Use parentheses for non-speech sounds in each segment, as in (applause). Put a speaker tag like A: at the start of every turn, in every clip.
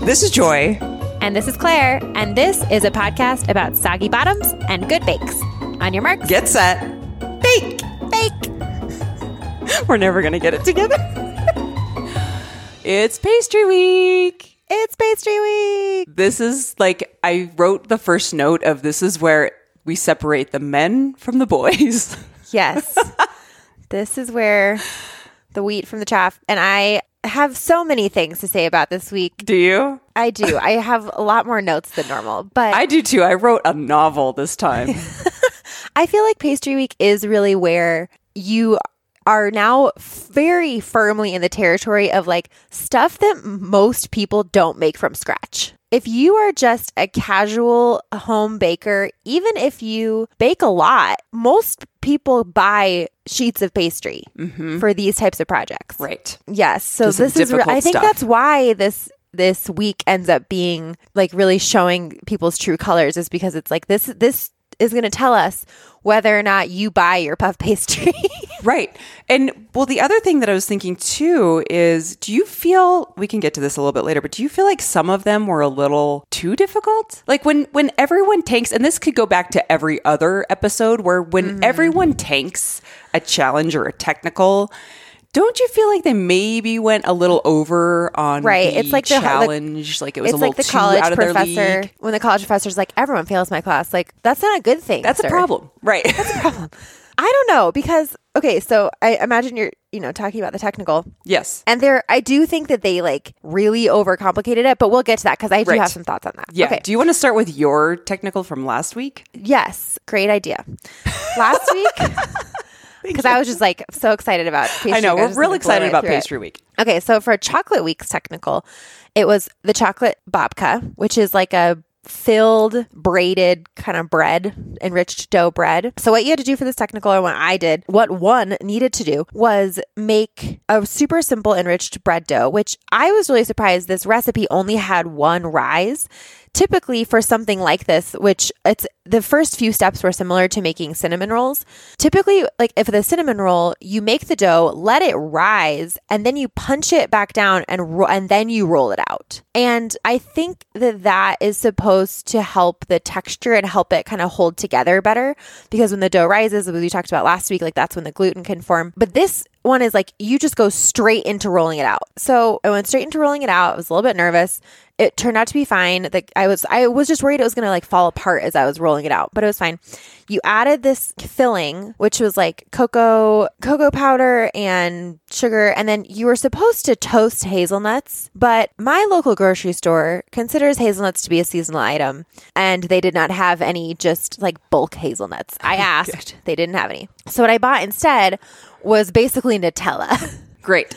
A: This is Joy.
B: And this is Claire, and this is a podcast about soggy bottoms and good bakes. On your marks,
A: Get set. Bake. (laughs)
B: bake.
A: We're never going to get it together. (laughs) it's pastry week.
B: It's pastry week.
A: This is like, I wrote the first note of this is where we separate the men from the boys. (laughs)
B: Yes. this is where the wheat from the chaff. And I have so many things to say about this week.
A: Do you?
B: I do. I have a lot more notes than normal, but
A: I do too. I wrote a novel this time.
B: I feel like Pastry Week is really where you are now very firmly in the territory of like stuff that most people don't make from scratch. If you are just a casual home baker, even if you bake a lot, most people buy sheets of pastry for these types of projects.
A: right.
B: Yes. So
A: Just
B: this is. Re-
A: difficult
B: I think
A: stuff.
B: that's why this this week ends up being like really showing people's true colors is because it's like this this is going to tell us whether or not you buy your puff pastry. (laughs)
A: Right. And well, the other thing that I was thinking too is do you feel we can get to this a little bit later, but do you feel like some of them were a little too difficult? Like when when everyone tanks and this could go back to every other episode where when
B: Mm-hmm.
A: everyone tanks a challenge or a technical don't you feel like they maybe went a little over on
B: Right.
A: the
B: It's like the- like-
A: challenge? like it was a
B: it's
A: little
B: like the
A: too
B: college
A: out of their
B: professor
A: league.
B: when the college professor's like everyone fails my class. Like that's not a good thing.
A: That's
B: sir.
A: a problem, right?
B: I don't know because okay, so I imagine you're you know talking about the technical
A: (laughs) yes,
B: and there I do think that they like really overcomplicated it, but we'll get to that because I do
A: Right.
B: have some thoughts on that.
A: yeah.
B: Okay.
A: Do you want to start with your technical from last week?
B: Yes, great idea. Last
A: (laughs)
B: week, because I was just like so excited about pastry.
A: I know
B: Week,
A: we're
B: was just gonna
A: really
B: blow
A: excited
B: right
A: about
B: through it.
A: Pastry Week.
B: Okay, so for chocolate week's technical, it was the chocolate babka, which is like a filled braided kind of bread, enriched dough bread. So what you had to do for this technical or what I did, what one needed to do was make a super simple enriched bread dough, which I was really surprised this recipe only had one rise. Typically for something like this, which it's the first few steps were similar to making cinnamon rolls. Typically, like if the cinnamon roll, you make the dough, let it rise, and then you punch it back down and ro- and then you roll it out. And I think that that is supposed to help the texture and help it kind of hold together better because when the dough rises, as we talked about last week, like that's when the gluten can form. But this one is like you just go straight into rolling it out. So I went straight into rolling it out. I was a little bit nervous. It turned out to be fine. Like I was I was just worried it was gonna like fall apart as I was rolling it out, but it was fine. You added this filling, which was like cocoa cocoa powder and sugar, and then you were supposed to toast hazelnuts, but my local grocery store considers hazelnuts to be a seasonal item, and they did not have any just like bulk hazelnuts. I asked. They didn't have any. So what I bought instead was basically Nutella. (laughs)
A: Great.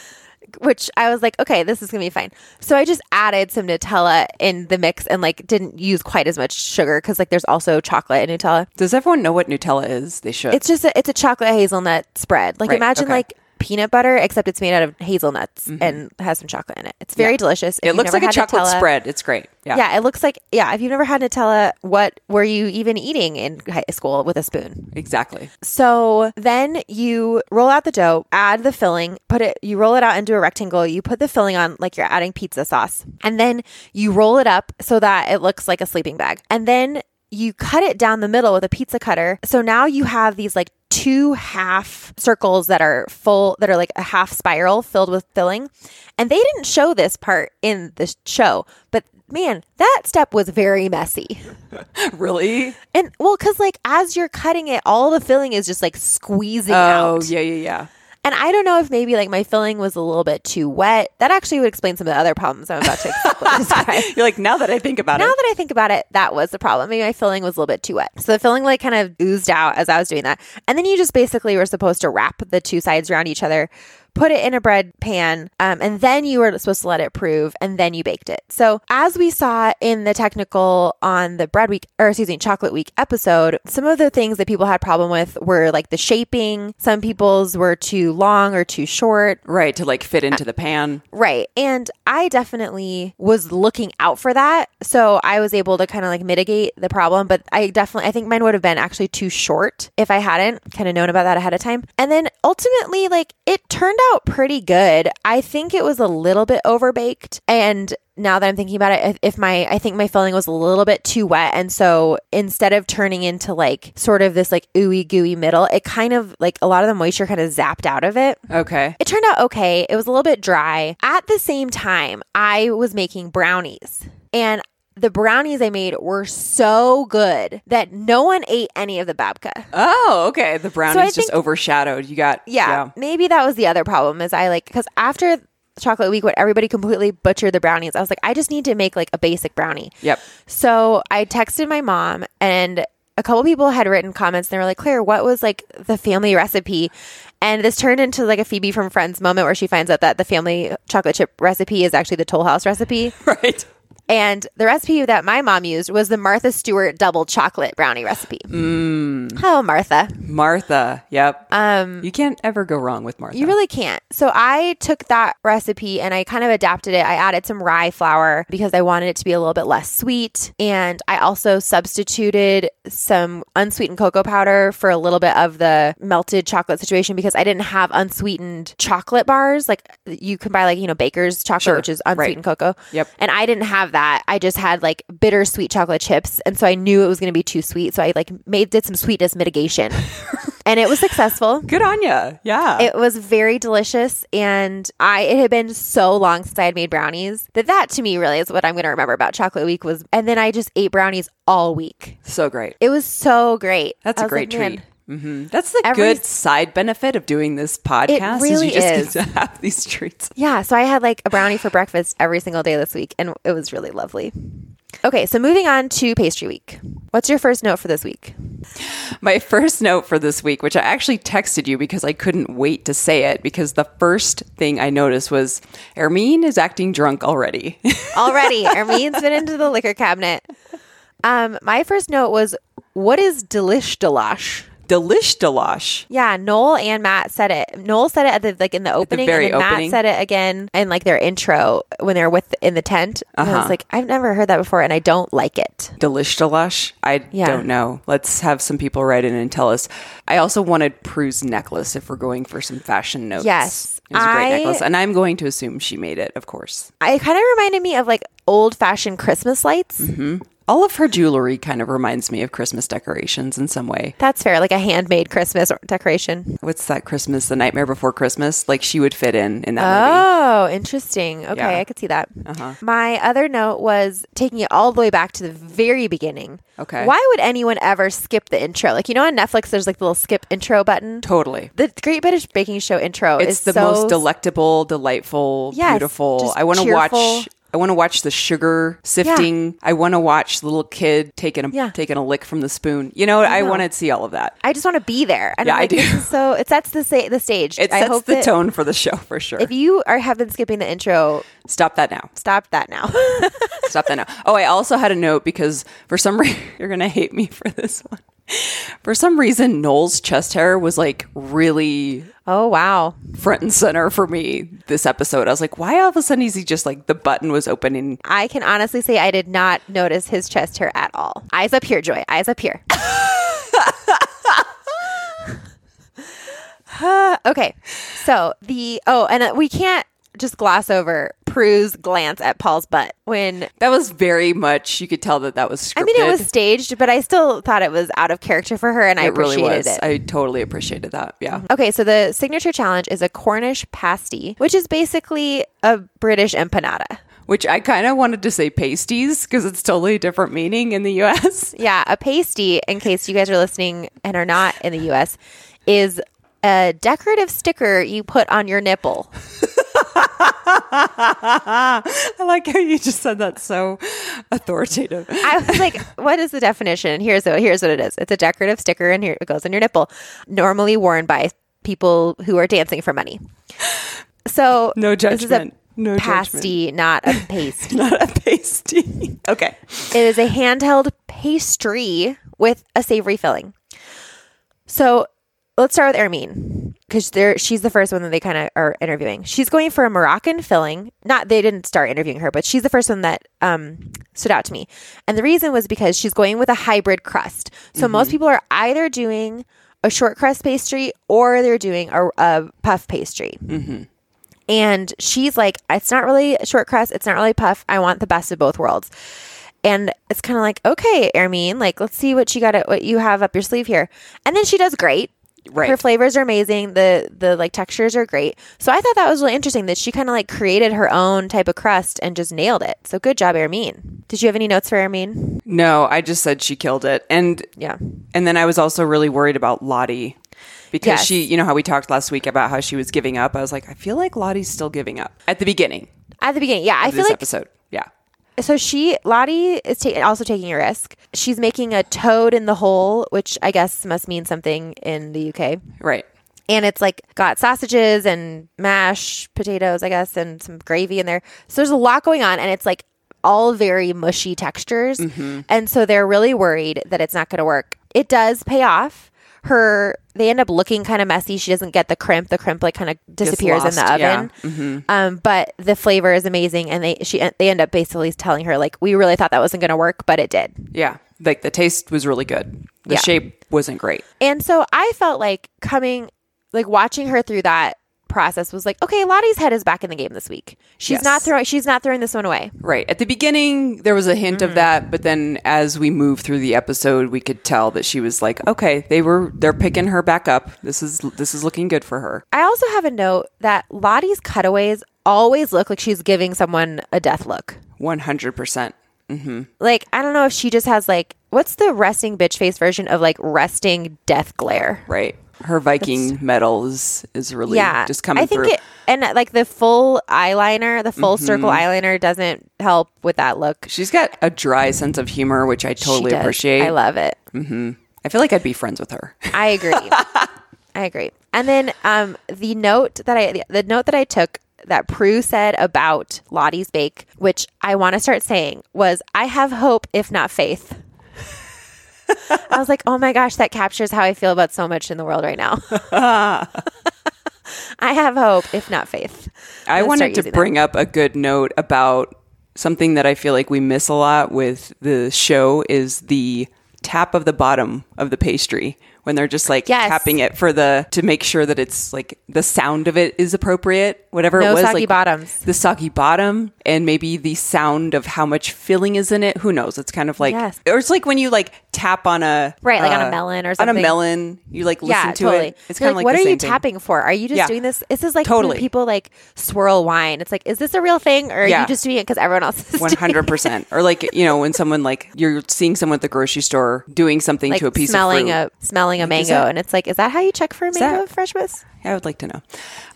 B: which I was like, okay, this is gonna be fine. So I just added some Nutella in the mix and like didn't use quite as much sugar because like there's also chocolate in Nutella.
A: Does everyone know what Nutella is? They should.
B: It's just a, it's a chocolate hazelnut spread. Like
A: Right,
B: imagine
A: okay. Mm-hmm.
B: like peanut butter except it's made out of hazelnuts and has some chocolate in it. It's very delicious. If
A: it
B: you've
A: looks
B: never
A: like a
B: had
A: chocolate
B: Nutella-
A: spread. It's great. Yeah.
B: Yeah, it looks like yeah. If you've never had Nutella, what were you even eating in high school with a spoon? (laughs)
A: Exactly.
B: So then you roll out the dough, add the filling, put it, you roll it out into a rectangle, you put the filling on like you're adding pizza sauce, and then you roll it up so that it looks like a sleeping bag. And then you cut it down the middle with a pizza cutter. So now you have these like two half circles that are full, that are like a half spiral filled with filling. And they didn't show this part in the show, but man, that step was very messy.
A: Really?
B: And well, because like as you're cutting it, all the filling is just like squeezing
A: Oh,
B: out.
A: yeah, yeah, yeah.
B: And I don't know if maybe like my filling was a little bit too wet. That actually would explain some of the other problems I'm about to ex- describe.
A: You're like, now that I think about
B: Now
A: it,
B: that I think about it, that was the problem. Maybe my filling was a little bit too wet. So the filling like kind of oozed out as I was doing that. And then you just basically were supposed to wrap the two sides around each other, put it in a bread pan, um, and then you were supposed to let it prove, and then you baked it. So as we saw in the technical on the bread week, or excuse me, chocolate week episode, some of the things that people had problem with were like the shaping. Some people's were too long or too short.
A: right, to like fit
B: Uh,
A: into the pan.
B: Right. And I definitely was looking out for that. So I was able to kind of like mitigate the problem. But I definitely, I think mine would have been actually too short if I hadn't kind of known about that ahead of time. And then ultimately, like it turned out pretty good. I think it was a little bit overbaked. And now that I'm thinking about it, if, if my, I think my filling was a little bit too wet. And so instead of turning into like sort of this like ooey gooey middle, it kind of like a lot of the moisture kind of zapped out of it.
A: Okay.
B: It turned out okay. It was a little bit dry. At the same time, I was making brownies. And the brownies I made were so good that no one ate any of the babka.
A: Oh, okay. The brownies
B: I
A: just
B: think-
A: overshadowed. You got
B: Yeah, Maybe that was the other problem is I like cuz after chocolate week when everybody completely butchered the brownies, I was like I just need to make like a basic brownie. (laughs)
A: Yep.
B: So I texted my mom and a couple people had written comments and they were like, Claire, what was like the family recipe? And this turned into like a Phoebe from Friends moment where she finds out that the family chocolate chip recipe is actually the Toll House recipe.
A: Right.
B: And the recipe that my mom used was the Martha Stewart double chocolate brownie recipe. Oh, Martha.
A: Martha. Yep. Um, you can't ever go wrong with Martha.
B: You really can't. So I took that recipe and I kind of adapted it. I added some rye flour because I wanted it to be a little bit less sweet. And I also substituted some unsweetened cocoa powder for a little bit of the melted chocolate situation because I didn't have unsweetened chocolate bars. Like you can buy, like, you know, baker's chocolate,
A: Sure.
B: which is unsweetened cocoa.
A: Yep.
B: And I didn't have that. I just had like bittersweet chocolate chips. And so I knew it was going to be too sweet. So I like made, did some
A: (laughs)
B: sweetness mitigation. and it was successful.
A: Good on you. Yeah.
B: It was very delicious, and I it had been so long since I had made brownies that that to me really is what I'm going to remember about Chocolate Week was. And then I just ate brownies all week.
A: so great.
B: It was so great.
A: That's
B: a
A: a great treat. hmm That's the
B: Every-
A: good side benefit of doing this podcast is you
B: really
A: just
B: is.
A: get to (laughs) have these treats.
B: Yeah, so I had like a brownie for breakfast every single day this week, and it was really lovely. Okay, so moving on to pastry week. What's your first note for this week?
A: My first note for this week, which I actually texted you because I couldn't wait to say it, because the first thing I noticed was Ermine is acting drunk already. (laughs)
B: Already, Ermine's been into the liquor cabinet. Um, my first note was, "What is delish delash?"
A: Delish Delash.
B: Yeah, Noel and Matt said it. Noel said it at the like in the opening,
A: very
B: and then
A: opening.
B: Matt said it again in like their intro when they're with in the tent. And
A: Uh-huh.
B: I was like, I've never heard that before, and I don't like it.
A: Delish Delash? I
B: Yeah.
A: don't know. Let's have some people write in and tell us. I also wanted Prue's necklace if we're going for some fashion notes.
B: Yes.
A: It was a great
B: I-
A: necklace. And I'm going to assume she made it, of course.
B: It kind of reminded me of like old fashioned Christmas lights.
A: Mm-hmm. All of her jewelry kind of reminds me of Christmas decorations in some way.
B: That's fair, like a handmade Christmas decoration.
A: What's that Christmas, The Nightmare Before Christmas? Like she would fit in in that movie.
B: Oh, interesting. Okay,
A: Yeah. Uh-huh.
B: I could see that. My other note was taking it all the way back to the very beginning.
A: Okay.
B: Why would anyone ever skip the intro? Like, you know, on Netflix, there's like the little skip intro button.
A: Totally.
B: The Great British Baking Show intro
A: It's
B: is
A: the
B: so
A: most delectable, delightful,
B: Yes,
A: beautiful.
B: just
A: I want to
B: cheerful.
A: watch. I want to watch the sugar sifting. I want to watch the little kid taking a
B: Yeah.
A: taking a lick from the spoon. You know, I, want to see all of that.
B: I just want to be there. And
A: Yeah,
B: I'm
A: I
B: like,
A: do.
B: this is so it sets the sa- the stage.
A: It
B: I
A: sets
B: hope
A: the
B: that
A: tone for the show for sure.
B: If you are have been skipping the intro,
A: Stop that now.
B: stop that now. (laughs)
A: Stop that now. Oh, I also had a note because for some reason (laughs) you're gonna hate me for this one. For some reason, Noel's chest hair was like really
B: oh wow,
A: front and center for me this episode. I was like, why all of a sudden is he just like the button was open and
B: I can honestly say I did not notice his chest hair at all. Eyes up here, Joy. Eyes up here. (laughs) Huh, okay, so the oh, and uh, we can't just gloss over Prue's glance at Paul's butt when
A: That was very much. You could tell that that was scripted.
B: I mean it was staged, but I still thought it was out of character for her, and I
A: It really
B: appreciated
A: was.
B: it.
A: I totally appreciated that. Yeah.
B: Okay, so the signature challenge is a Cornish pasty, which is basically a British empanada.
A: Which I kind of wanted to say pasties because it's totally a different meaning in the U.S.
B: Yeah, a pasty, in case you guys are listening and are not in the US, is a decorative sticker you put on your nipple.
A: (laughs) I like how you just said that so authoritative.
B: I was like, (laughs) what is the definition? Here's what, here's what it is it's a decorative sticker, and here it goes on your nipple, normally worn by people who are dancing for money. So,
A: (gasps) No
B: This is
A: judgment.
B: a
A: No
B: pasty, not a pasty.
A: Not a pasty. okay.
B: It is a handheld pastry with a savory filling. So let's start with Ermine because she's the first one that they kind of are interviewing. She's going for a Moroccan filling. Not they didn't start interviewing her, but she's the first one that um, stood out to me. And the reason was because she's going with a hybrid crust. So most people are either doing a short crust pastry or they're doing a, a puff pastry. And she's like, it's not really short crust. It's not really puff. I want the best of both worlds. And it's kind of like, okay, Ermine, like, let's see what you got, what you have up your sleeve here. And then she does great.
A: Right.
B: Her flavors are amazing. The, the like textures are great. So I thought that was really interesting that she kind of like created her own type of crust and just nailed it. So good job, Ermine. Did you have any notes for Ermine?
A: No, I just said she killed it. And
B: Yeah.
A: and then I was also really worried about Lottie because
B: Yes.
A: she, you know how we talked last week about how she was giving up. I was like, I feel like Lottie's still giving up at the beginning
B: At the beginning. Yeah. I
A: of
B: feel
A: this
B: like
A: episode. Yeah.
B: So she, Lottie, is ta- also taking a risk. She's making a toad in the hole, which I guess must mean something in the UK.
A: Right.
B: And it's like got sausages and mashed potatoes, I guess, and some gravy in there. So there's a lot going on, and it's like all very mushy textures.
A: Mm-hmm.
B: And so they're really worried that it's not going to work. It does pay off. Her, they end up looking kind of messy. She doesn't get the crimp. The crimp like kind of disappears in the
A: lost,
B: oven.
A: yeah. Mm-hmm.
B: Um, but the flavor is amazing, and they she they end up basically telling her like, "We really thought that wasn't going to work, but it did."
A: Yeah. Like the taste was really good. The
B: Yeah.
A: shape wasn't great.
B: And so I felt like coming, like watching her through that process was like, okay, Lottie's head is back in the game this week. She's
A: Yes.
B: not throwing she's not throwing this one away.
A: Right. At the beginning, there was a hint of that, but then as we moved through the episode, we could tell that she was like, "Okay, they were they're picking her back up. This is this is looking good for her."
B: I also have a note that Lottie's cutaways always look like she's giving someone a death look.
A: One hundred percent.
B: Like I don't know if she just has like what's the resting bitch face version of like resting death glare.
A: Right. Her Viking medal is is really just coming
B: I think
A: through. Mm-hmm.
B: it and like the full eyeliner, the full circle eyeliner doesn't help with that look.
A: She's got a dry sense of humor, which I
B: She
A: totally
B: does.
A: appreciate.
B: I love it.
A: I feel like I'd be friends with her.
B: I
A: (laughs)
B: agree. I agree. And then um, the note that I the, note that I took that Prue said about Lottie's bake, which I want to start saying, was I have hope if not faith. I was like, oh my gosh, that captures how I feel about so much in the world right now. (laughs) I have hope if not faith.
A: I
B: I'm gonna
A: wanted
B: start
A: to
B: using that.
A: bring up a good note about something that I feel like we miss a lot with the show is the tap of the bottom of the pastry when they're just like
B: Yes.
A: tapping it for the to make sure that it's like the sound of it is appropriate whatever
B: No
A: it was
B: soggy
A: like
B: bottoms.
A: the soggy bottom and maybe the sound of how much filling is in it who knows it's kind of like
B: Yes.
A: or it's like when you like tap on a uh,
B: Right, like on a melon or
A: on a
B: something.
A: melon you like listen
B: yeah,
A: to
B: totally.
A: it it's
B: You're
A: kind of like,
B: what
A: the
B: are you
A: same thing.
B: tapping for? Are you just
A: Yeah.
B: doing this? This is like
A: Totally.
B: when people like swirl wine. It's like, is this a real thing, or are
A: Yeah.
B: you just doing it because everyone else is? doing
A: One
B: it?
A: hundred percent, or like you know, when someone like you're seeing someone at the grocery store doing something
B: like
A: to a piece
B: smelling
A: of fruit.
B: a smelling a
A: is
B: mango,
A: that-
B: and it's like, is that how you check for a
A: that-
B: mango freshness?
A: I would like to know.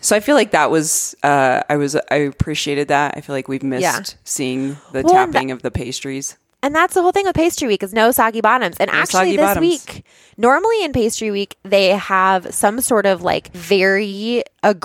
A: So I feel like that was uh, I was I appreciated that. I feel like we've missed
B: Yeah.
A: seeing the
B: Well, and
A: tapping of the pastries.
B: And that's the whole thing with pastry week is no soggy bottoms. And
A: soggy
B: actually, this
A: bottoms.
B: week, normally in pastry week, they have some sort of like very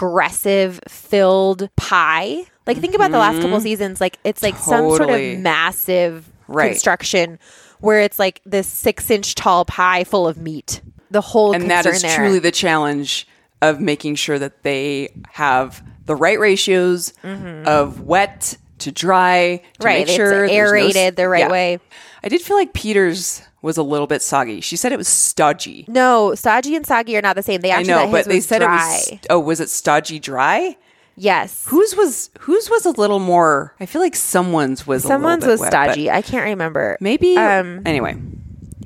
B: aggressive filled pie. Like think about the last couple seasons, like it's like some sort
A: Mm-hmm. Totally.
B: of massive
A: Right.
B: construction where it's like this six inch tall pie full of meat. The whole
A: and that
B: concern
A: is
B: there.
A: truly the challenge of making sure that they have the right ratios of wet to dry to
B: Mm-hmm. Right,
A: make
B: it's
A: sure there's no s-
B: aerated the right
A: Yeah.
B: way.
A: I did feel like Peter's was a little bit soggy. She said it was stodgy.
B: no, stodgy and soggy are not the same. They
A: I
B: actually
A: know,
B: thought
A: but
B: his
A: they
B: was
A: said
B: dry.
A: it was. Oh, was it stodgy dry?
B: yes.
A: Whose was whose was a little more? I feel like someone's was.
B: Someone's
A: a little bit
B: was
A: wet, but
B: stodgy. I can't remember.
A: Maybe.
B: Um,
A: anyway.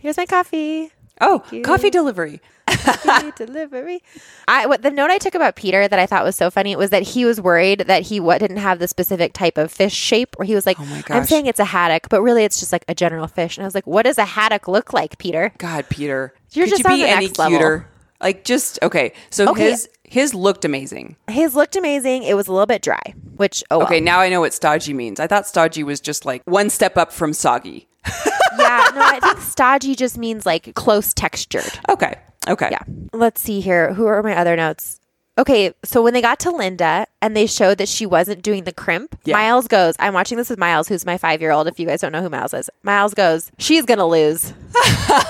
B: Here's my
A: (laughs)
B: coffee.
A: Oh, coffee delivery.
B: Coffee delivery. I what the note I took about Peter that I thought was so funny was that he was worried that he what didn't have the specific type of fish shape, where he was like,
A: Oh my
B: "I'm
A: gosh.
B: saying it's a haddock, but really it's just like a general fish." And I was like, "What does a haddock look like, Peter?"
A: God, Peter,
B: You're
A: could
B: just
A: you
B: on
A: be
B: the
A: any
B: next level.
A: cuter? Like just okay. So
B: Okay.
A: his his looked amazing.
B: His looked amazing. It was a little bit dry, which oh well.
A: Okay, now I know what stodgy means. I thought stodgy was just like one step up from soggy.
B: yeah. No, I
A: (laughs)
B: think stodgy just means like close textured.
A: Okay. Okay.
B: Yeah. Let's see here. Who are my other notes? Okay, so when they got to Linda and they showed that she wasn't doing the crimp,
A: Yeah.
B: Miles goes, I'm watching this with Miles, who's my five year old. If you guys don't know who Miles is, Miles goes, She's going
A: (laughs)
B: to lose.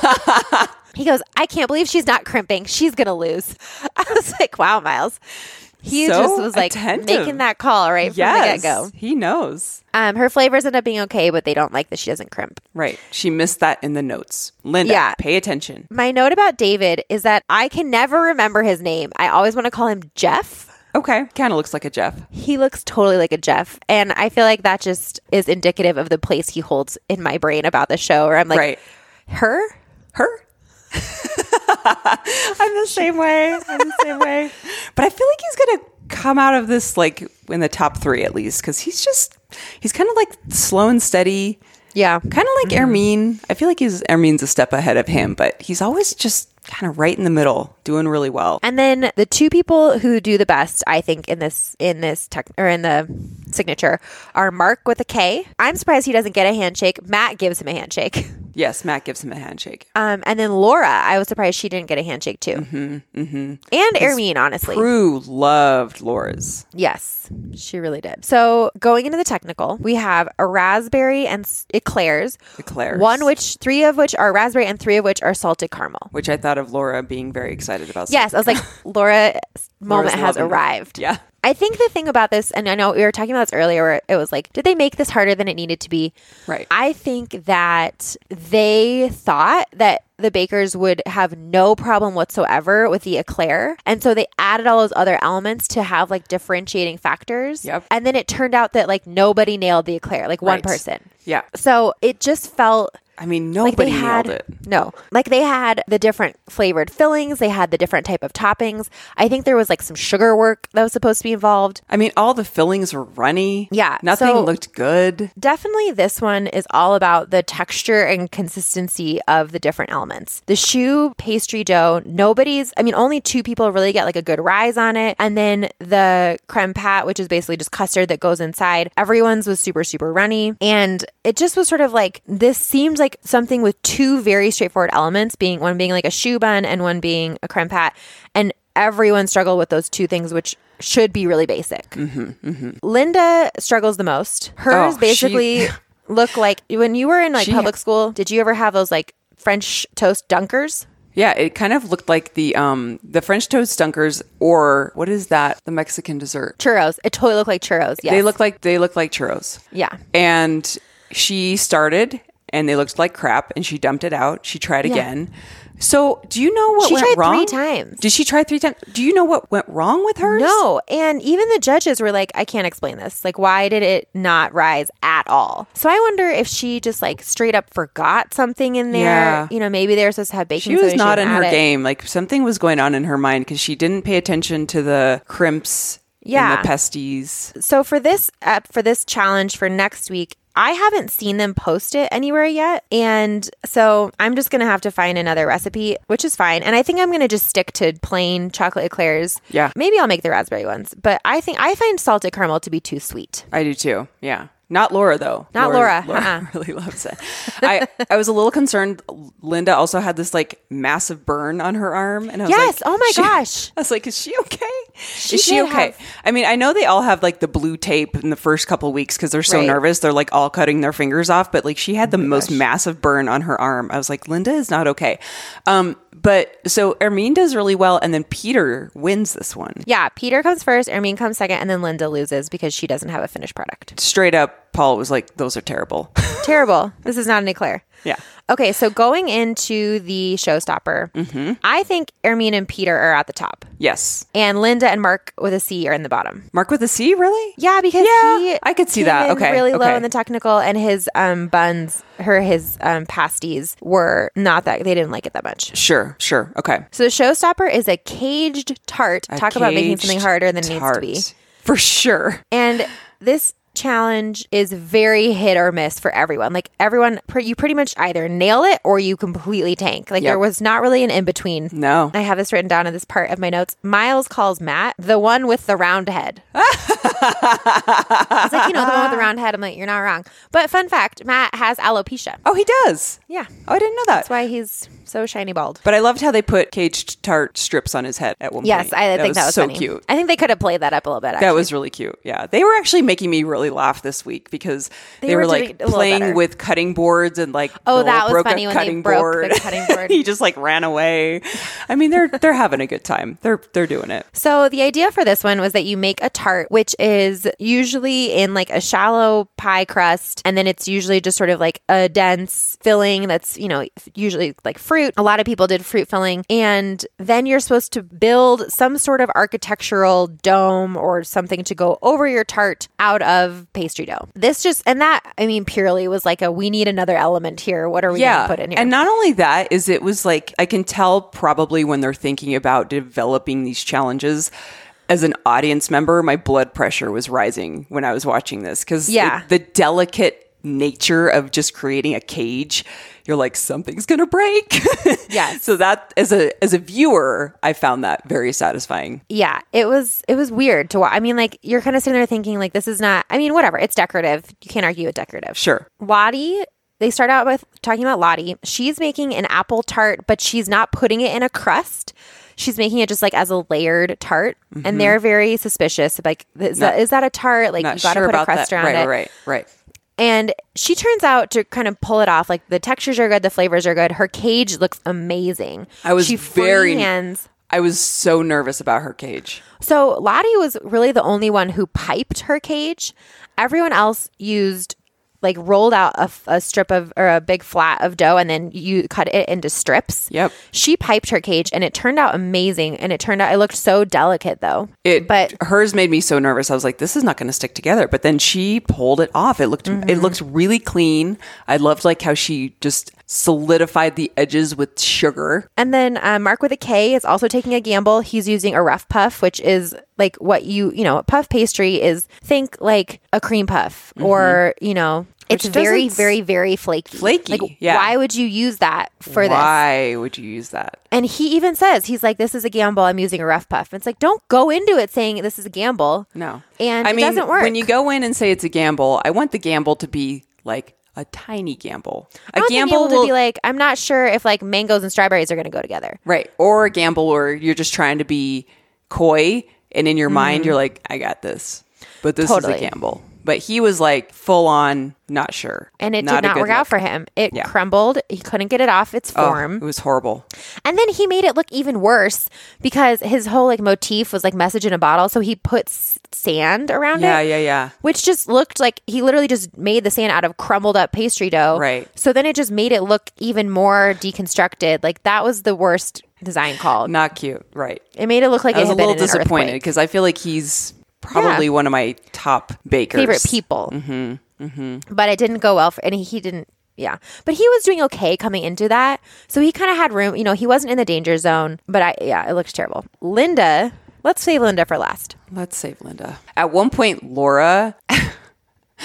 B: (laughs) he goes, I can't believe she's not crimping. She's going to lose. I was like, Wow, Miles. He
A: So
B: just was like
A: attentive.
B: making that call right
A: Yes,
B: from the get go.
A: he knows.
B: Um, her flavors end up being okay, but they don't like that she doesn't crimp.
A: Right. She missed that in the notes. Linda,
B: Yeah.
A: pay attention.
B: My note about David is that I can never remember his name. I always want to call him Jeff.
A: Okay. Kind of looks like a Jeff.
B: He looks totally like a Jeff. And I feel like that just is indicative of the place he holds in my brain about the show, where I'm like,
A: right.
B: her?
A: Her. (laughs) I'm the same way. I'm the same way. But I feel like he's going to come out of this like in the top three at least because he's just, he's kind of like slow and steady,
B: Yeah.
A: kind of like
B: Mm-hmm.
A: Ermine. I feel like he's, Ermine's a step ahead of him, but he's always just kind of right in the middle, doing really well.
B: And then the two people who do the best, I think, in this in this tech or in the signature are Mark with a K. I'm surprised he doesn't get a handshake. Matt gives him a handshake. (laughs)
A: Yes, Matt gives him a handshake.
B: Um, and then Laura, I was surprised she didn't get a handshake too. Mm-hmm, And Ermine, honestly.
A: Prue loved Laura's.
B: Yes, she really did. So going into the technical, we have a raspberry and s- eclairs.
A: Eclairs.
B: One which, three of which are raspberry and three of which are salted caramel.
A: which I thought of Laura being very excited about.
B: Yes, I
A: (laughs)
B: was like, Laura's moment
A: Laura's
B: has
A: loving it.
B: arrived.
A: Yeah.
B: I think the thing about this, and I know we were talking about this earlier, where it was like, did they make this harder than it needed to be?
A: Right.
B: I think that they thought that the bakers would have no problem whatsoever with the eclair. And so they added all those other elements to have like differentiating factors.
A: Yep.
B: And then it turned out that like nobody nailed the eclair, like one
A: Right.
B: person.
A: Yeah.
B: So it just felt
A: I mean,
B: like they
A: nobody
B: had
A: nailed it.
B: no like they had the different flavored fillings they had the different type of toppings i think there was like some sugar work that was supposed to be involved
A: I mean, all the fillings were runny.
B: Yeah,
A: Nothing
B: so-
A: looked good.
B: Definitely, this one is all about the texture and consistency of the different elements. The shoe pastry dough, nobody's, I mean, only two people really get like a good rise on it. And then the creme pat, which is basically just custard that goes inside, everyone's was super, super runny. And it just was sort of like this seemed like something with two very straightforward elements being one being like a shoe bun and one being a creme pat. And everyone struggled with those two things, which should be really basic. Linda struggles the most. Hers
A: Oh,
B: basically
A: (laughs)
B: look like when you were in like
A: She-
B: public school. Did you ever have those like French toast dunkers?
A: Yeah, it kind of looked like the um the French toast dunkers or what is that? The Mexican dessert.
B: Churros. It totally looked like churros. Yes.
A: They look like they look like churros.
B: Yeah.
A: And she started and they looked like crap and she dumped it out. She tried again. So, do you know what
B: She
A: went
B: tried three
A: wrong?
B: times.
A: Did she try three times? Do you know what went wrong with hers?
B: No, and even the judges were like, I can't explain this. Like, why did it not rise at all? So I wonder if she just like straight up forgot something in there.
A: Yeah.
B: You know, maybe they were supposed to have baking.
A: She was
B: soda,
A: not in
B: didn't
A: her
B: add it.
A: game. Like something was going on in her mind because she didn't pay attention to the crimps
B: Yeah.
A: and the pesties.
B: So for this uh, for this challenge for next week, I haven't seen them post it anywhere yet, and so I'm just gonna have to find another recipe, which is fine. And I think I'm gonna just stick to plain chocolate eclairs.
A: Yeah.
B: maybe I'll make the raspberry ones, but I think I find salted caramel to be too sweet.
A: I do too. Yeah. Not Laura though.
B: Not Laura,
A: (laughs)
B: uh-uh.
A: really loves it. I I was a little concerned. Linda also had this like massive burn on her arm, and I was
B: Yes,
A: like,
B: oh my
A: she-
B: gosh.
A: (laughs) I was like, is she okay? is she
B: did
A: okay?
B: have-
A: I mean, I know they all have like the blue tape in the first couple weeks because they're so
B: Right.
A: nervous. They're like all cutting their fingers off, but like she had the most massive burn on her arm. I was like, Linda is not okay. Um, but so Ermine does really well, and then Peter wins this one.
B: Yeah, Peter comes first, Ermine comes second, and then Linda loses because she doesn't have a finished product. (laughs)
A: Straight up, Paul was like, those are (laughs) terrible.
B: Terrible. This is not an eclair.
A: yeah.
B: Okay, so going into the showstopper, I think Ermine and Peter are at the top.
A: Yes.
B: and Linda and Mark with a C are in the bottom.
A: Mark with a C, really?
B: Yeah, because
A: Yeah,
B: he
A: I could see
B: came
A: that.
B: in
A: Okay,
B: really low
A: okay.
B: in the technical, and his um buns, her his um pasties were not that they didn't like it that much.
A: Sure, sure. Okay.
B: So the showstopper is a caged tart. Talk about making something
A: Caged
B: harder than it needs to
A: tart.
B: be.
A: For sure.
B: And this challenge is very hit or miss for everyone. Like everyone, pre- you pretty much either nail it or you completely tank. Like
A: Yep.
B: there was not really an in between.
A: No.
B: I have this written down in this part of my notes. Miles calls Matt the one with the
A: (laughs)
B: round head. He's like, you know, the one with the round head. I'm like, you're not wrong. But fun fact, Matt has alopecia.
A: Oh, he does.
B: Yeah.
A: Oh, I didn't know that.
B: That's why he's So shiny bald.
A: But I loved how they put caged tart strips on his head at one
B: Yes,
A: point.
B: I think that was
A: so
B: funny.
A: cute.
B: I think they could have played that up a little bit.
A: That was really cute. Yeah. They were actually making me really laugh this week because they,
B: were
A: were,
B: doing
A: like
B: a little better.
A: playing with cutting boards and like
B: Oh,
A: Noel
B: that was
A: broke a
B: funny when they
A: cutting
B: broke
A: board.
B: the cutting
A: (laughs)
B: board. (laughs)
A: he just like ran away. I mean, they're they're having a good time. They're they're doing it.
B: So the idea for this one was that you make a tart, which is usually in like a shallow pie crust, and then it's usually just sort of like a dense filling that's, you know, usually like fruit. A lot of people did fruit filling. And then you're supposed to build some sort of architectural dome or something to go over your tart out of pastry dough. This just, and that, I mean, purely was like a we need another element here. What are we
A: yeah.
B: going to put in here?
A: And not only that is it was like I can tell probably when they're thinking about developing these challenges as an audience member, my blood pressure was rising when I was watching this cuz
B: Yeah.
A: the delicate nature of just creating a cage, you're like something's going to break. (laughs)
B: Yes.
A: so that as a as a viewer, I found that very satisfying.
B: yeah it was it was weird to watch i mean like you're kind of sitting there thinking like this is not i mean whatever it's decorative you can't argue with decorative
A: Sure.
B: lottie they start out with talking about lottie she's making an apple tart but she's not putting it in a crust she's making it just like as a layered tart and they're very suspicious like is, that, is that a tart like
A: Mm-hmm. Not
B: you gotta
A: sure
B: put a
A: about
B: crust
A: that.
B: around
A: right,
B: it
A: right, right.
B: and she turns out to kind of pull it off like the textures are good the flavors are good her cage looks amazing
A: I was
B: she
A: very-
B: freehands
A: I was so nervous about her cage.
B: so Lottie was really the only one who piped her cage. Everyone else used like rolled out a, f- a strip of or a big flat of dough and then you cut it into strips.
A: Yep.
B: She piped her cage and it turned out amazing and it turned out it looked so delicate though.
A: It,
B: but
A: but hers made me so nervous. I was like, "This is not going to stick together." But then she pulled it off. It looked, it looked really clean. I loved like how she just solidified the edges with sugar.
B: and then uh, Mark with a K is also taking a gamble. He's using a rough puff, which is like what you you know, puff pastry is think like a cream puff or you know. It's
A: Mm-hmm. Which
B: very,
A: doesn't s-
B: very, very flaky.
A: Flaky,
B: Like,
A: yeah.
B: why would you use that for this?
A: Why would you use that?
B: And he even says, he's like, this is a gamble. I'm using a rough puff. And it's like, don't go into it saying this is a gamble.
A: No,
B: And
A: I
B: it
A: mean,
B: doesn't work.
A: when you go in and say it's a gamble, I want the gamble to be like a tiny gamble. A
B: I want the
A: gamble
B: to
A: will
B: be like, I'm not sure if like mangoes and strawberries are going to go together.
A: right, or a gamble, or you're just trying to be coy, and in your mind, you're like, "I got this," but this
B: Mm-hmm. Totally.
A: is a gamble. But he was like full on, not sure,
B: And it did
A: a
B: not
A: good
B: work out
A: look.
B: for him. It crumbled. He couldn't get it off its
A: Oh,
B: form.
A: It was horrible.
B: And then he made it look even worse because his whole like motif was like message in a bottle. So he put s- sand around
A: Yeah,
B: it.
A: yeah, yeah.
B: Which just looked like he literally just made the sand out of crumbled up pastry dough.
A: Right.
B: So then it just made it look even more deconstructed. Like that was the worst design call.
A: Not cute. Right.
B: It made it look like
A: I was a
B: it had been
A: little
B: in an
A: disappointed
B: earthquake.
A: because I feel like he's probably
B: Yeah.
A: one of my top bakers.
B: Favorite people. Mm-hmm. Mm-hmm. But it didn't go well for, and he, he didn't. Yeah, but he was doing okay coming into that, so he kind of had room. You know, he wasn't in the danger zone, but I yeah, it looks terrible. Linda, let's save Linda
A: (laughs)
B: for last.
A: Let's save Linda. At one point, Laura (laughs)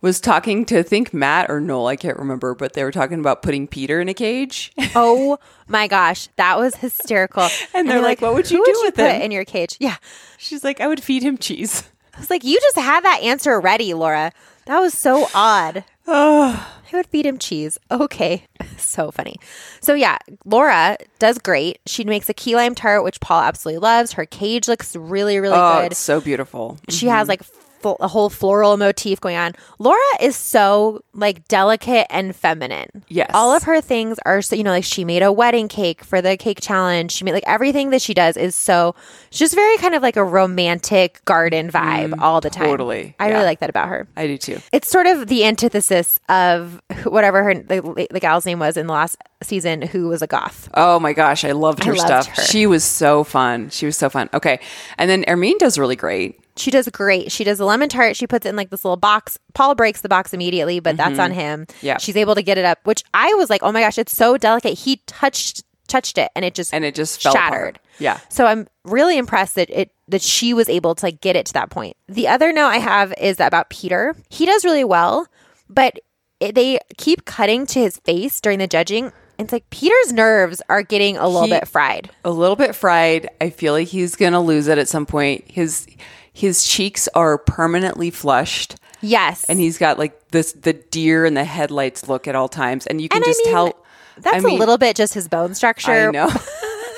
A: was talking to I think Matt or Noel, I can't remember, but they were talking about putting Peter in a cage. (laughs)
B: Oh my gosh, that was hysterical. and,
A: they're
B: you're
A: like, "What would you
B: who
A: do
B: would
A: with
B: you put
A: him?"
B: in your cage? Yeah,
A: She's like, I would feed him cheese.
B: I was like, you just had that answer ready, Laura. That was so odd. I would feed him cheese. Okay. (laughs) So funny. So, yeah, Laura does great. She makes a key lime tart, which Paul absolutely loves. Her cage looks really, really
A: Oh,
B: good.
A: it's so beautiful.
B: She has like fl- a whole floral motif going on. Laura is so like delicate and feminine.
A: Yes.
B: All of her things are so, you know, like she made a wedding cake for the cake challenge. She made like everything that she does is so, she's just very kind of like a romantic garden vibe all the time.
A: Mm, totally.
B: I
A: Yeah.
B: really like that about her.
A: I do too.
B: It's sort of the antithesis of wh- whatever her the, the gal's name was in the last season, who was a goth.
A: Oh my gosh, I loved her
B: loved
A: stuff.
B: her.
A: She was so fun. She was so fun. Okay. And then Ermine does really great.
B: She does great. She does a lemon tart. She puts it in like this little box. Paul breaks the box immediately, but that's on him.
A: Mm-hmm. Yeah.
B: she's able to get it up, which I was like, oh my gosh, it's so delicate. He touched touched it, and it just
A: And it just fell apart.
B: shattered.
A: Yeah.
B: So I'm really impressed that it that she was able to like get it to that point. The other note I have is about Peter. He does really well, but it, they keep cutting to his face during the judging. It's like Peter's nerves are getting a little
A: He-
B: bit fried.
A: a little bit fried. I feel like he's gonna lose it at some point. His his cheeks are permanently flushed,
B: Yes,
A: and he's got like this the deer in the headlights look at all times, and you can
B: And I
A: just
B: mean-
A: tell.
B: That's
A: I mean,
B: a little bit just his bone structure.
A: I
B: (laughs)
A: know. (laughs)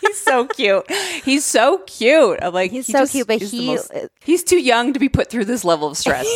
A: he's so cute. He's so cute. I'm like
B: He's
A: he
B: so
A: just
B: cute, but
A: is the
B: he-
A: most- he's too young to be put through this level of
B: (laughs)
A: stress.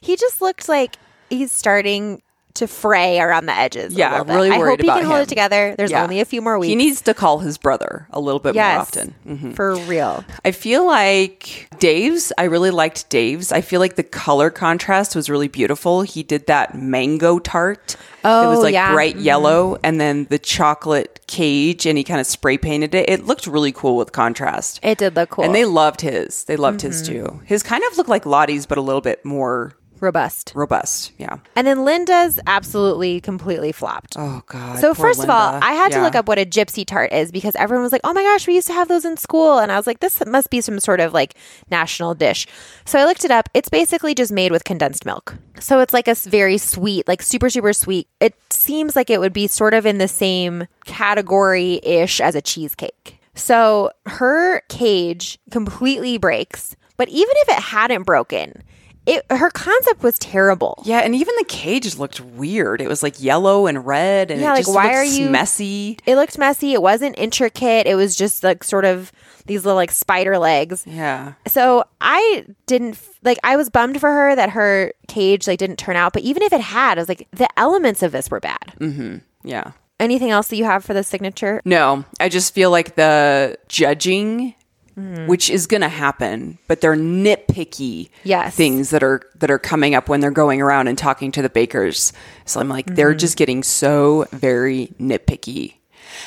B: He just looked like he's starting to fray around the edges. a
A: Yeah,
B: little bit.
A: really
B: I
A: worried
B: hope he can
A: about
B: hold
A: him.
B: it together. There's
A: Yeah.
B: only a few more weeks.
A: he needs to call his brother a little bit more
B: yes,
A: often. Mm-hmm.
B: for real.
A: I feel like Dave's, I really liked Dave's. I feel like the color contrast was really beautiful. He did that mango tart. it was
B: Oh,
A: like
B: yeah.
A: bright yellow and then the chocolate cage and he kind of spray painted it. It looked really cool with contrast.
B: It did look cool. Mm-hmm.
A: And they loved his. They loved his too. His kind of looked like Lottie's but a little bit more
B: robust.
A: robust. Yeah.
B: And then Linda's absolutely completely flopped.
A: Oh god.
B: So
A: poor
B: first of all,
A: Linda.
B: I had to
A: Yeah.
B: look up what a gypsy tart is because everyone was like, "Oh my gosh, we used to have those in school," and I was like, "This must be some sort of like national dish." So I looked it up. It's basically just made with condensed milk. So it's like a s- very sweet, like super super sweet. It seems like it would be sort of in the same category ish as a cheesecake. So her cage completely breaks, but even if it hadn't broken, it her concept was terrible.
A: Yeah, and even the cage looked weird. It was like yellow and red and
B: Yeah,
A: it
B: like,
A: just
B: why
A: looked
B: are you-
A: messy.
B: it looked messy. It wasn't intricate. It was just like sort of these little like spider legs.
A: Yeah.
B: So I didn't f- like. I was bummed for her that her cage like didn't turn out. But even if it had, I was like, the elements of this were bad.
A: Mm. Yeah.
B: Anything else that you have for the signature?
A: No, I just feel like the judging,
B: Mm.
A: which is going to happen, but they're nitpicky
B: Yes.
A: things that are that are coming up when they're going around and talking to the bakers. So I'm like, they're
B: Mm-hmm.
A: just getting so very nitpicky.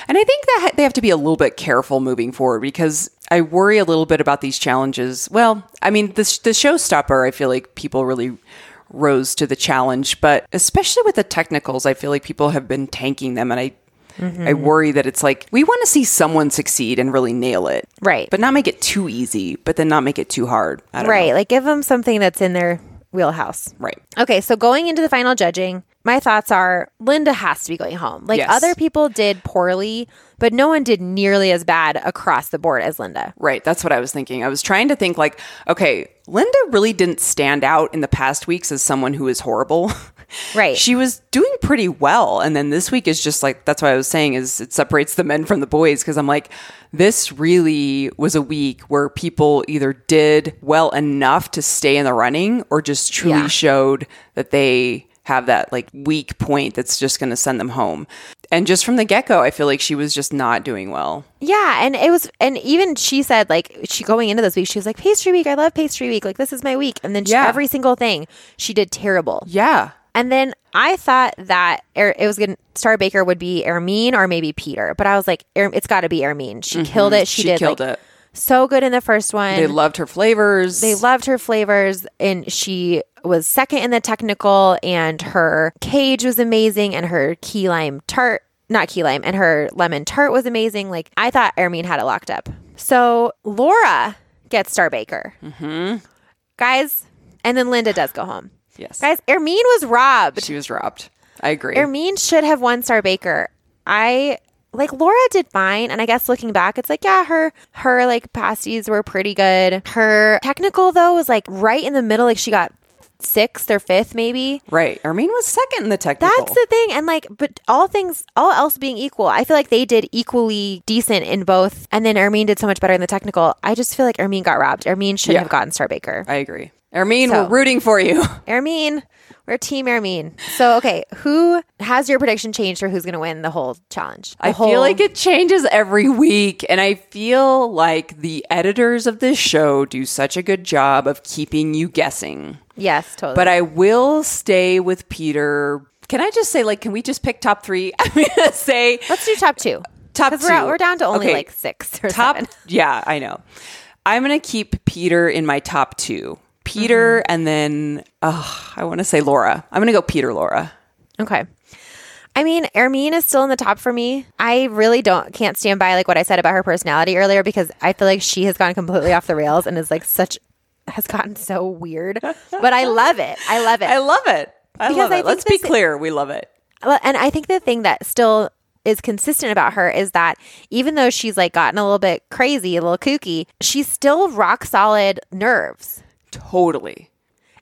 A: And I think that ha- they have to be a little bit careful moving forward because I worry a little bit about these challenges. Well, I mean, the, sh- the showstopper, I feel like people really rose to the challenge, but especially with the technicals, I feel like people have been tanking them. And I,
B: Mm-hmm.
A: I worry that it's like we want to see someone succeed and really nail it,
B: Right.
A: But not make it too easy, but then not make it too hard. I don't
B: Right.
A: know.
B: Like give them something that's in their wheelhouse.
A: right.
B: Okay. So going into the final judging, my thoughts are Linda has to be going home. Like
A: Yes.
B: other people did poorly, but no one did nearly as bad across the board as Linda.
A: Right. That's what I was thinking. I was trying to think like, okay, Linda really didn't stand out in the past weeks as someone who is horrible. (laughs)
B: Right.
A: she was doing pretty well. And then this week is just like, that's what I was saying is it separates the men from the boys. Cause I'm like, this really was a week where people either did well enough to stay in the running or just truly
B: Yeah.
A: showed that they have that like weak point that's just going to send them home. And just from the get go, I feel like she was just not doing well.
B: Yeah, and it was, and even she said like she going into this week, she was like pastry week. I love pastry week. Like this is my week. And then she,
A: Yeah.
B: every single thing she did terrible.
A: Yeah.
B: And then I thought that er, it was going to Star Baker would be Ermine or maybe Peter, but I was like, er, it's got to be Ermine. She killed it. She,
A: Mm-hmm. She
B: did
A: killed
B: like,
A: it.
B: so good in the first one.
A: They loved her flavors.
B: They loved her flavors, and she was second in the technical, and her cage was amazing, and her key lime tart, not key lime, and her lemon tart was amazing. Like, I thought Ermine had it locked up. So Laura gets Star Baker. Mm-hmm. Guys, and then Linda does go home.
A: Yes.
B: Guys, Ermine was robbed.
A: She was robbed. I agree.
B: Ermine should have won Star Baker. I like Laura did fine, and I guess looking back, it's like yeah, her her like pasties were pretty good. Her technical though was like right in the middle, like she got sixth or fifth maybe.
A: right. Ermine was second in the technical.
B: That's the thing, and like, but all things, all else being equal, I feel like they did equally decent in both. And then Ermine did so much better in the technical. I just feel like Ermine got robbed. Ermine should
A: Yeah.
B: have gotten Star Baker.
A: I agree. Ermine,
B: So-
A: we're rooting for you.
B: Ermine, we're Team Ermine. So, okay, who has your prediction changed for who's going to win the whole challenge? The
A: I
B: whole-
A: feel like it changes every week. And I feel like the editors of this show do such a good job of keeping you guessing.
B: Yes, totally.
A: But I will stay with Peter. Can I just say, like, can we just pick top three? (laughs) I'm going to say
B: let's do top two.
A: Top
B: 'Cause We're,
A: two.
B: we're down to only
A: Okay.
B: like six or
A: top.
B: seven. (laughs)
A: (laughs) Yeah, I know. I'm gonna keep Peter in my top two. Peter and then ugh, I want to say Laura. I'm gonna go Peter Laura.
B: Okay. I mean, Ermine is still in the top for me. I really don't can't stand by like what I said about her personality earlier because I feel like she has gone completely off the rails and is like such has gotten so weird. But I love it. I love it.
A: I love it. I
B: Because
A: love
B: I
A: it.
B: think
A: Let's be
B: this-
A: clear, we love it.
B: Well, and I think the thing that still is consistent about her is that even though she's like gotten a little bit crazy, a little kooky, she's still rock solid nerves.
A: Totally.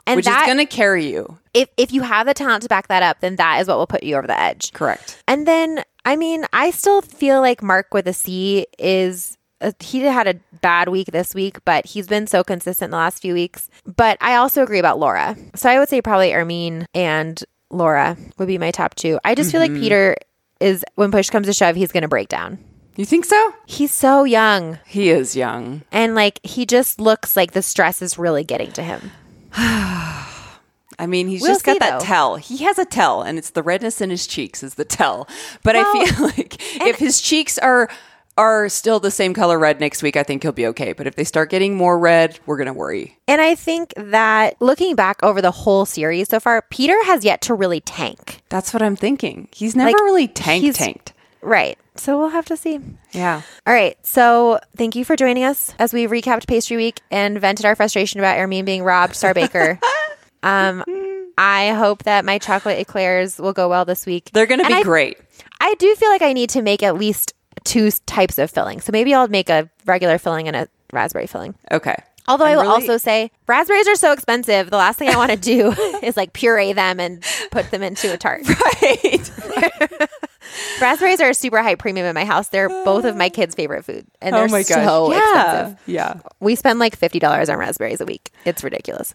B: And
A: which
B: that-
A: is going to carry you.
B: If if you have the talent to back that up, then that is what will put you over the edge.
A: Correct.
B: And then, I mean, I still feel like Mark with a C is. Uh, he had a bad week this week, but he's been so consistent the last few weeks. But I also agree about Laura. So I would say probably Ermine and Laura would be my top two. I just feel like Peter is, when push comes to shove, he's going to break down.
A: You think so?
B: He's so young.
A: He is young.
B: And like, he just looks like the stress is really getting to him.
A: I mean, he's
B: We'll
A: just got
B: see,
A: that
B: though.
A: tell. He has a tell, and it's the redness in his cheeks is the tell. But I
B: Well,
A: feel (laughs) like if his cheeks are are still the same color red next week, I think he'll be okay. But if they start getting more red, we're gonna worry.
B: And I think that looking back over the whole series so far, Peter has yet to really tank.
A: That's what I'm thinking. He's never
B: Like,
A: really tank
B: he's-
A: tanked.
B: Right. So we'll have to see.
A: Yeah.
B: All right. So thank you for joining us as we recapped Pastry Week and vented our frustration about Ermine being robbed,
A: (laughs)
B: Star Baker. um, I hope that my chocolate eclairs will go well this week.
A: They're gonna
B: And
A: be
B: I-
A: great.
B: I do feel like I need to make at least two s- types of filling. So maybe I'll make a regular filling and a raspberry filling.
A: Okay.
B: Although i
A: I'm
B: will
A: really-
B: also say raspberries are so expensive. The last thing I want
A: (laughs)
B: to do (laughs) is like puree them and put them into a tart.
A: Right.
B: (laughs) raspberries are a super high premium in my house. They're both
A: (sighs)
B: of my kids' favorite food, and
A: oh
B: they're
A: my gosh.
B: so
A: yeah.
B: expensive.
A: Yeah.
B: We spend like fifty dollars on raspberries a week. It's ridiculous.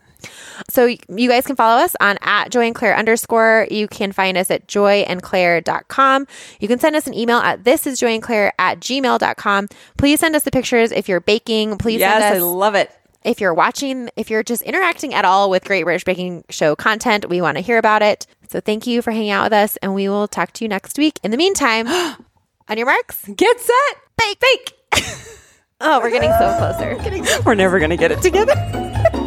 B: So y- you guys can follow us on at Joy and Claire underscore. You can find us at joyandclaire.com. You can send us an email at this is joy and Claire at gmail.com. Please send us the pictures if you're baking. Please
A: Yes, I
B: send us
A: love it.
B: if you're watching, if you're just interacting at all with Great British Baking Show content, we want to hear about it. So thank you for hanging out with us, and we will talk to you next week. In the meantime, (gasps) on your marks,
A: Get set.
B: bake, bake. (laughs) oh, we're getting so closer.
A: We're never gonna get it together.